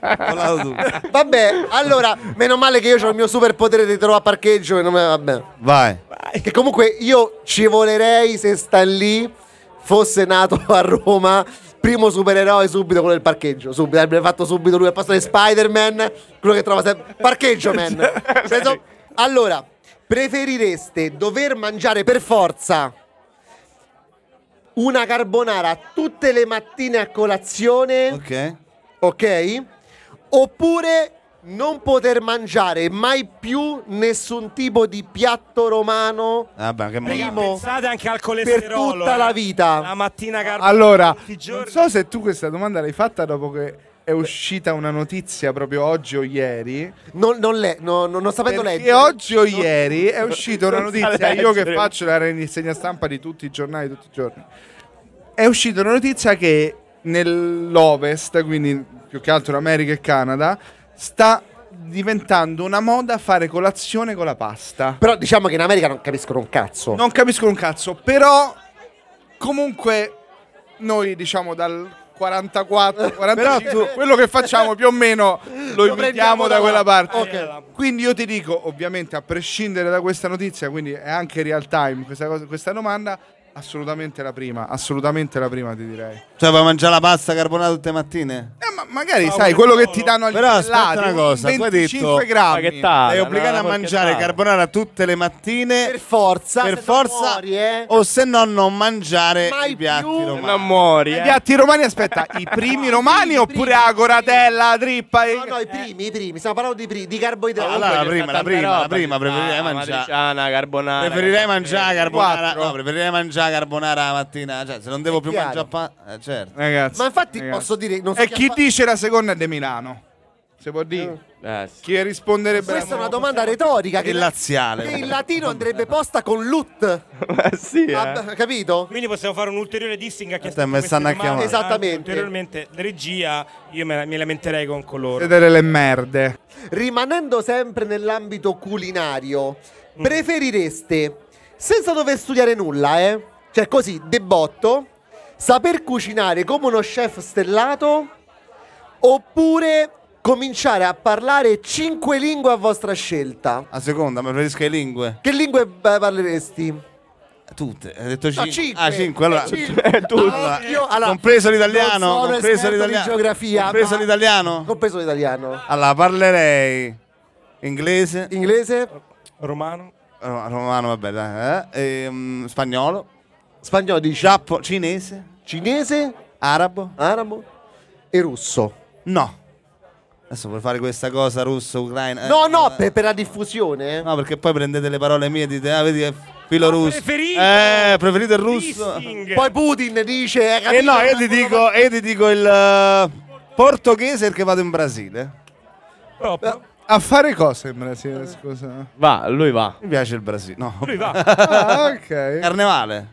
S2: Parlavo tu.
S5: Vabbè, allora, meno male che io ho il mio super potere di trovare parcheggio e non me, vabbè.
S2: Vai.
S5: Eh, Che comunque io ci volerei se sta lì fosse nato a Roma primo supereroe subito quello del parcheggio. Subito, avrebbe fatto subito lui al posto di Spider-Man, quello che trova sempre. Parcheggio man. Nel senso, allora, preferireste dover mangiare per forza una carbonara tutte le mattine a colazione?
S2: Ok.
S5: ok? Oppure non poter mangiare mai più nessun tipo di piatto romano
S2: Vabbè, che
S5: Primo.
S2: mondo.
S4: Pensate anche al
S5: per
S4: colesterolo.
S5: tutta
S4: eh.
S5: la vita.
S4: La mattina carbo-
S3: Allora,
S4: tutti i
S3: non
S4: giorni.
S3: so se tu questa domanda l'hai fatta dopo che è uscita una notizia proprio oggi o ieri.
S5: Non, non, le- no- no- non sapendo
S3: Perché
S5: leggere.
S3: oggi o ieri è uscita una
S1: non sa
S3: notizia, io che
S1: leggere.
S3: faccio la rassegna stampa di tutti i giornali tutti i giorni. È uscita una notizia che nell'Ovest, quindi più che altro in America e Canada, sta diventando una moda fare colazione con la pasta.
S5: Però diciamo che in America non capiscono un cazzo.
S3: Non capisco un cazzo, però comunque noi diciamo dal 44, 45, quello che facciamo più o meno lo,
S5: prendiamo
S3: invitiamo
S5: da
S3: da quella
S5: là.
S3: parte.
S5: Ok.
S3: Quindi io ti dico, ovviamente a prescindere da questa notizia, quindi è anche real time questa, cosa- questa domanda, assolutamente la prima, assolutamente la prima ti direi.
S2: Cioè, vuoi mangiare la pasta carbonara tutte le mattine?
S3: Eh, ma magari sai quello che ti danno al
S2: Però aspetta
S3: gelato,
S2: una cosa, tu hai
S3: 25
S2: detto-
S3: grammi.
S1: Spaghettata,
S2: Sei obbligato
S1: una
S2: a mangiare
S1: porchettata.
S2: carbonara tutte le mattine.
S5: Per forza,
S2: Per
S5: se no
S2: forza.
S5: muori, eh.
S2: O se no, non mangiare
S5: Mai
S2: i piatti
S5: più.
S1: Se
S2: romani.
S1: no muori,
S3: I
S1: eh.
S3: piatti romani, aspetta, i primi romani oppure la coratella, la trippa?
S5: No, no, i primi, i primi, stiamo parlando di, pri- di carboidrati.
S2: Allora, la
S1: Comunque
S2: prima,
S1: c'è
S2: la
S1: tanta
S2: prima, la
S1: roba,
S2: prima,
S1: ci sta,
S2: preferirei mangiare.
S1: amatriciana, ah, carbonara.
S2: Preferirei
S1: carbonara.
S2: mangiare carbonara.
S3: Quattro.
S2: No, preferirei mangiare carbonara la mattina. Cioè, se non devo più
S5: chiaro.
S2: mangiare pasta. Eh, certo.
S3: Ragazzi,
S5: Ma infatti
S3: ragazzi.
S5: posso dire, non so
S3: E
S5: chi ha
S3: chi
S5: fa-
S3: dice la seconda è di Milano? Se può dire.
S1: Eh, sì.
S3: Chi risponderebbe?
S5: Questa è
S3: alla-
S5: una domanda retorica che,
S2: Il laziale.
S5: che in latino andrebbe posta con lut,
S1: Eh, sì, eh.
S5: Ah, capito?
S4: Quindi possiamo fare un ulteriore dissing a chi
S2: Aspetta,
S4: ha scritto
S2: mi
S4: queste
S2: stanno a
S4: domande.
S5: chiamare. Esattamente.
S4: Anzi, Ulteriormente, la regia, io me- mi lamenterei con coloro.
S3: Siete delle merde.
S5: Rimanendo sempre nell'ambito culinario,
S2: Mm.
S5: preferireste, senza dover studiare nulla, eh? Cioè così, debotto, saper cucinare come uno chef stellato oppure cominciare a parlare cinque lingue a vostra scelta?
S2: A seconda, ma preferisco le lingue.
S5: Che lingue eh, parleresti?
S2: Tutte. Hai detto
S5: No,
S2: 5.
S5: cinque.
S2: Ah, 5. Allora.
S5: Cinque.
S2: Allora,
S5: Io, allora,
S2: compreso l'italiano.
S5: non sono
S2: compreso
S5: esperto di
S2: l'italiano.
S5: geografia,
S2: Compreso
S5: ma-
S2: l'italiano.
S5: compreso l'italiano.
S2: Allora, parlerei inglese.
S5: Inglese,
S4: Romano.
S2: Ro- Romano, vabbè, dai, eh. Ehm, spagnolo,
S5: spagnolo, dici,
S2: giappo, cinese,
S5: cinese,
S2: arabo.
S5: arabo e russo.
S2: No. Adesso per fare questa cosa russo, ucraina. eh,
S5: No, no,
S2: eh,
S5: per, per la diffusione. eh.
S2: No, perché poi prendete le parole mie e dite, ah, vedi che filo russo.
S4: preferito!
S2: Eh, preferite il russo.
S4: Dissing.
S5: Poi Putin dice... eh,
S2: E
S5: capito?
S2: no, io ti dico, io ti dico il eh, portoghese perché vado in Brasile.
S4: Proprio.
S3: A fare cosa in Brasile?
S5: Eh.
S3: Scusa.
S1: Va, lui va.
S2: Mi piace il Brasile. No.
S4: Lui va.
S3: Ah, ok.
S2: Carnevale.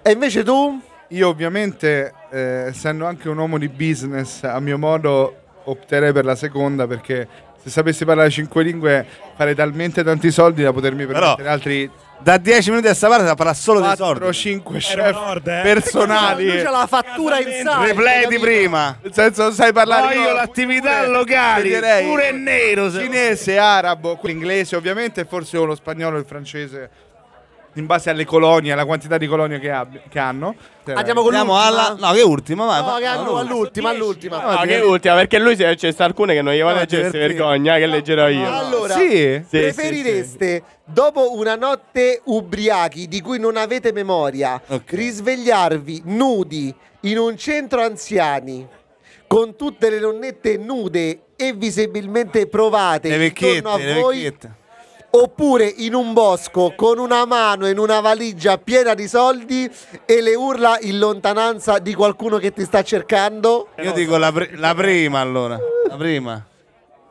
S5: E invece tu?
S3: Io ovviamente, eh, essendo anche un uomo di business, a mio modo opterei per la seconda perché se sapessi parlare cinque lingue farei talmente tanti soldi da potermi
S2: Però-
S3: permettere altri
S2: Da 10 minuti a sta parte si parla solo di sordi.
S3: 4-5
S4: Era
S3: chef
S4: Nord, eh.
S3: personali.
S5: Lui c'ha la fattura in sala.
S2: Replay di prima.
S3: Nel senso, non sai parlare
S2: Voglio
S3: io,
S2: l'attività
S3: pure-
S2: locali,
S3: direi-
S2: pure è nero, se-
S3: Cinese, arabo, l'inglese ovviamente, e forse o lo spagnolo e il francese, in base alle colonie, alla quantità di colonie che, abbia- che hanno.
S5: Andiamo con
S2: Ah, Andiamo
S5: l'ultima.
S2: alla... No, che ultima, vai.
S5: No,
S2: fa-
S5: che hanno-
S2: all'ultima.
S5: all'ultima, all'ultima.
S1: Ah, che ultima, perché lui se- c'è sta alcune che non gli va a
S2: No,
S1: leggere, si
S2: divertito.
S1: vergogna che leggerò io.
S5: Allora,
S3: Sì?
S1: Sì,
S5: preferireste dopo una notte ubriachi di cui non avete memoria
S2: Ok.
S5: risvegliarvi nudi in un centro anziani con tutte le nonnette nude e visibilmente provate
S2: Le vecchiette,
S5: intorno a
S2: le
S5: voi
S2: vecchiette.
S5: oppure in un bosco con una mano in una valigia piena di soldi e le urla in lontananza di qualcuno che ti sta cercando
S2: Io dico la, pri- la prima allora. La prima.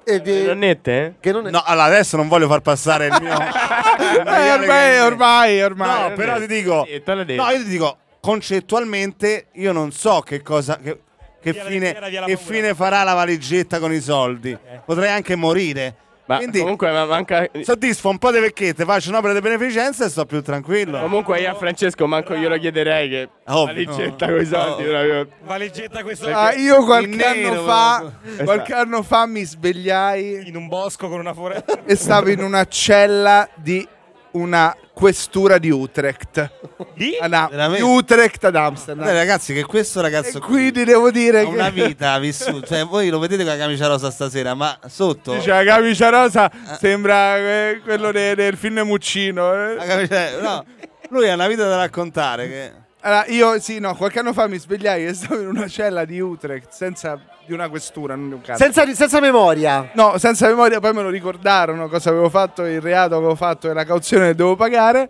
S5: e di-
S1: Nonnette? eh?
S5: che non è-
S2: No, allora adesso non voglio far passare il mio. il mio
S3: Eh, ormai,
S2: legame.
S3: ormai, ormai.
S2: No, però ti dico.
S1: Sì, te l'ho detto.
S2: No, io ti dico, concettualmente io non so che cosa. Che, che
S4: Via la
S2: fine,
S4: lettiera, via la
S2: che
S4: paura.
S2: fine farà la valigetta con i soldi? Potrei anche morire.
S1: Ma
S2: Quindi
S1: comunque ma manca...
S2: soddisfo un po' di vecchiette, faccio un'opera di beneficenza e sto più tranquillo.
S1: Comunque io a Francesco manco glielo chiederei che
S2: Ovvio.
S1: la ricetta con i soldi
S2: Ovvio.
S1: proprio.
S4: Valigetta questa
S3: Ah, io qualche
S2: in nero,
S3: anno fa,
S2: proprio.
S3: qualche anno fa mi svegliai
S4: in un bosco con una foresta.
S3: e stavo in una cella di una questura di Utrecht.
S4: Di?
S3: Ah, no,
S2: Veramente?
S3: di Utrecht ad
S2: Dai,
S3: Amsterdam.
S2: ragazzi, che questo
S3: E
S2: ragazzo qui
S3: quindi devo dire
S2: ha
S3: che
S2: una vita vissuta. Cioè, voi lo vedete con la camicia rosa stasera, ma sotto
S3: Dice la camicia rosa sembra eh, quello de- del film Muccino. eh.
S2: la camicia- no, lui ha una vita da raccontare. Che...
S3: Allora, io sì, no, qualche anno fa mi svegliai e stavo in una cella di Utrecht senza di una questura, non di un cazzo.
S5: Senza, senza memoria.
S3: No, senza memoria, poi me lo ricordarono cosa avevo fatto, il reato che avevo fatto e la cauzione che devo pagare.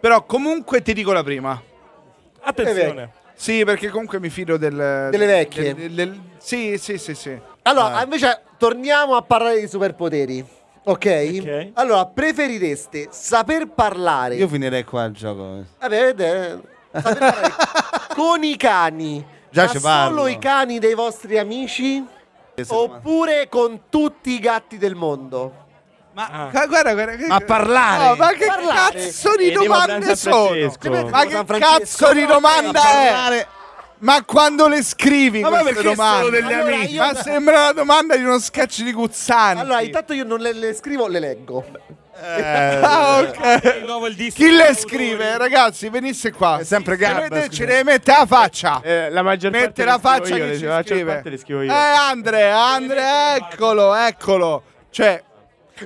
S3: Però comunque ti dico la prima.
S4: Attenzione.
S3: Sì, perché comunque mi fido del,
S5: Delle vecchie.
S3: del- del- sì, sì, sì, sì.
S5: Allora, invece torniamo a parlare di superpoteri. Ok?
S4: Ok.
S5: Allora, preferireste saper parlare?
S2: Io finirei qua il gioco.
S5: Vabbè, vedete, eh, saper parlare con i cani.
S2: Già
S5: ma
S2: ci parlo.
S5: solo i cani dei vostri amici? Oppure con tutti i gatti del mondo?
S4: Ah.
S3: Ma guarda, guarda che-
S2: Ma parlare!
S3: No, ma che
S5: Parlare.
S3: cazzo di
S1: Veniamo a
S3: domande
S1: San
S3: sono?
S1: Francesco.
S3: Ma
S5: San
S3: che
S5: Francesco.
S3: cazzo di domanda è?
S2: parlare.
S3: Ma quando le scrivi
S2: Ma poi
S3: queste
S2: perché
S3: domande?
S2: sono degli
S3: Allora,
S2: amici?
S3: io- Ma sembra la domanda di uno sketch di Guzzani.
S5: Allora, intanto io non le, le scrivo, le leggo.
S3: Ah, ok.
S4: Di nuovo il disco.
S3: Chi le scrive, ragazzi? Venisse qua.
S2: È sempre Gabba,
S3: Se volete,
S2: scusa.
S3: Ce ne mette la faccia.
S1: Eh, la maggior parte
S3: Mette la
S1: le scrivo
S3: faccia
S1: io,
S3: che
S1: le-
S3: ci
S1: la maggior
S3: scrive.
S1: parte le scrivo
S3: Eh,
S1: io.
S3: Andre, Andre, eccolo, eccolo. Cioè,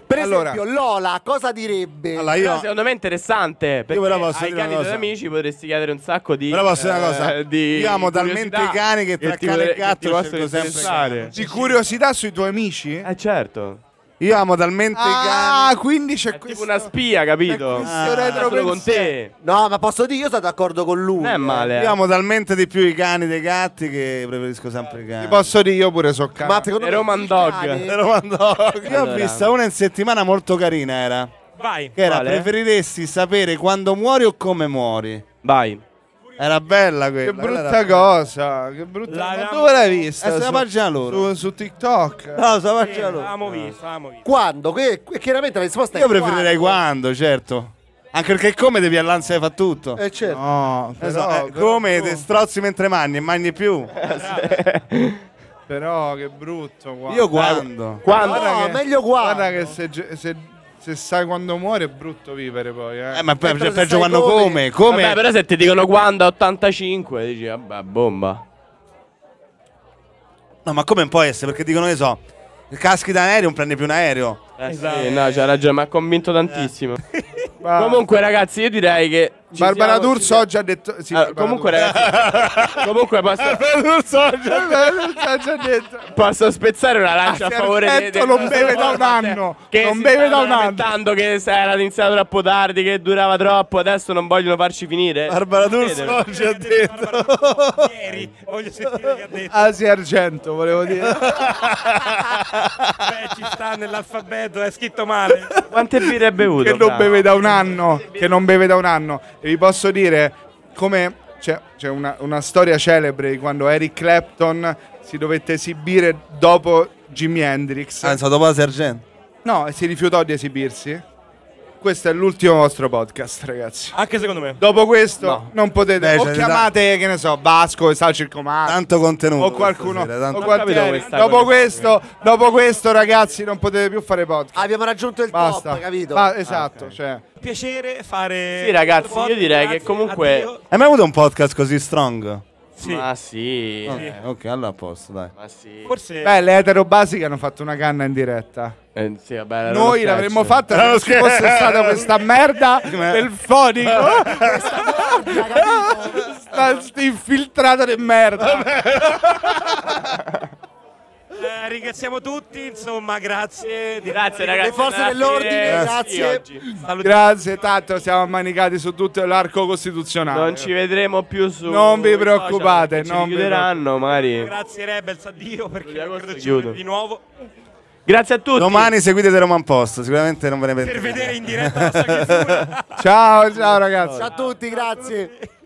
S5: Per
S3: Allora.
S5: esempio, Lola cosa direbbe?
S2: Allora
S1: Però
S2: Eh, io,
S1: secondo me è interessante perché
S2: ve la posso
S1: ai
S2: dire una
S1: cani degli
S2: cosa.
S1: amici potresti chiedere un sacco di
S2: Ve la posso dire una
S1: eh,
S2: cosa.
S1: di-
S2: Io amo
S1: di
S2: talmente
S1: curiosità
S2: i cani che tra
S1: ti-
S2: cane e
S1: che ti
S2: gatto
S1: possono
S2: scelgo sempre
S1: interessare.
S2: cane.
S3: di curiosità sui tuoi amici?
S1: Eh certo.
S2: io amo talmente i cani.
S3: Ah, quindi c'è
S1: È tipo
S3: questo.
S1: una spia, capito?
S3: questo
S1: Ah,
S3: retro
S1: sono con te.
S3: pensiero.
S5: No, ma posso dire, io sono d'accordo con lui.
S1: Non è
S5: eh.
S1: male. eh.
S2: Io amo talmente di più i cani dei gatti che preferisco sempre i cani.
S3: Ti posso dire, io pure so cane.
S5: Ma secondo
S1: E
S5: me
S1: Roman
S5: il
S1: Dog.
S5: cane-
S2: Te lo mando. Io ho
S1: Allora.
S2: vista una in settimana molto carina era.
S4: Vai.
S2: Che era
S1: Quale?
S2: preferiresti sapere quando muori o come muori?
S1: Vai.
S2: Era bella quella.
S3: che
S2: quella era
S3: brutta
S2: bella.
S3: cosa. Che brutta
S4: La-
S3: Ma dove
S2: eh,
S3: l'hai vista?
S2: È sulla
S3: Su-
S2: pagina loro.
S3: Su, su TikTok.
S2: No, sulla
S4: Eh,
S2: pagina loro.
S4: Avevamo visto, avevamo visto.
S5: Quando? Que- que- chiaramente la risposta è
S2: Io preferirei quando, certo. Anche perché come devi all'ansia fa tutto.
S5: Eh, certo.
S3: No,
S2: Eh,
S3: però,
S2: so, eh,
S3: però-
S2: come te strozzi mentre mangi e mangi più.
S3: Però che brutto. guarda.
S2: Io Eh, quando.
S1: Quando
S5: No,
S3: che-
S5: meglio quando.
S3: Guarda che se, ge- se- se sai quando muore è brutto vivere poi. Eh.
S2: Eh, ma pe-
S5: Eh, però se
S2: peggio
S5: sai
S2: quando
S5: come-
S2: come? Come?
S1: Vabbè, però se ti dicono quando a 85 dici vabbè, bomba.
S2: No, ma come può essere? Perché dicono che so. Caschi da un aereo, non prendi più un aereo.
S1: Eh,
S4: Esatto.
S1: sì, no, c'ha ragione, mi ha convinto tantissimo.
S2: Eh. Ah.
S3: Ma-
S1: Comunque, ragazzi, io direi che ci
S3: Barbara
S1: siamo-
S3: D'Urso oggi ha detto. Sì,
S1: Allora,
S3: Barbara
S1: comunque,
S3: D'Urso.
S1: ragazzi, comunque posso,
S3: Ha già detto.
S1: posso spezzare una lancia
S3: Ah,
S1: a favore di- di-
S3: Sergento
S1: Cioè,
S3: non beve da un anno,
S1: Che
S3: non
S1: si
S3: beve da
S1: stavano
S3: un anno.
S1: lamentando che se era iniziato troppo tardi, che durava troppo. Adesso non vogliono farci finire.
S2: Barbara D'Urso
S1: Vedete?
S2: oggi ha detto.
S4: Ieri, voglio sentire che ha detto.
S3: Asi Argento, volevo dire.
S4: Beh, ci sta nell'alfabeto, è scritto male.
S1: Quante birre hai bevuto?
S3: che non
S1: bravo?
S3: beve da un anno. Che non beve da un anno. E vi posso dire come. C'è, c'è una, una storia celebre di quando Eric Clapton si dovette esibire dopo Jimi Hendrix.
S2: Anzi, Ah, dopo la sergente.
S3: No, e si rifiutò di esibirsi. Questo è l'ultimo vostro podcast, ragazzi.
S4: Anche secondo me.
S3: Dopo questo non potete
S2: Beh,
S3: o
S2: c'è
S3: chiamate che ne so, Vasco che sta al circomando
S2: Ah, Tanto contenuto.
S3: o qualcuno
S2: stasera, tanto-
S3: o qualcuno-
S1: capito questa
S3: Dopo
S1: cosa.
S3: questo, dopo questo ragazzi, non potete più fare podcast.
S5: Abbiamo raggiunto il
S3: Basta.
S5: top, capito?
S3: Ah, esatto, cioè.
S4: Piacere fare.
S1: Sì, ragazzi, io direi che comunque-
S4: Addio.
S2: Hai mai avuto un podcast così strong?
S4: Sì.
S1: Ma sì.
S2: Ok, Eh, ok, allora a posto, dai.
S1: Ma sì.
S4: Forse
S3: Beh, le eterobasiche hanno fatto una canna in diretta.
S1: Eh, sì, vabbè, era uno
S3: Noi
S1: sketch.
S3: l'avremmo fatta se non ci fosse stata questa merda del fonico. Sta sta infiltrato di merda.
S4: eh, ringraziamo tutti, insomma, grazie. Di-
S1: Grazie, ragazzi.
S5: Le forze
S1: alla
S5: dell'ordine,
S1: fine- sì,
S5: grazie.
S1: oggi.
S4: salutiamo.
S3: Grazie, tanto siamo ammanicati su tutto l'arco costituzionale.
S1: Non ci vedremo più su.
S3: Ah, eh. Non vi
S1: sui social,
S3: preoccupate,
S1: perché ci
S3: non vi
S1: chiuderanno, magari.
S4: Grazie Rebels, addio perché
S1: Luglio, agosto
S4: credo ci
S1: chiudo.
S4: vediamo di nuovo
S1: Grazie a tutti.
S2: Domani seguite The Roman Post, sicuramente non ve ne
S4: per
S2: pentirete.
S4: vedere in diretta la sua chiusura.
S3: Ciao, ciao ragazzi.
S5: Ciao a tutti, grazie.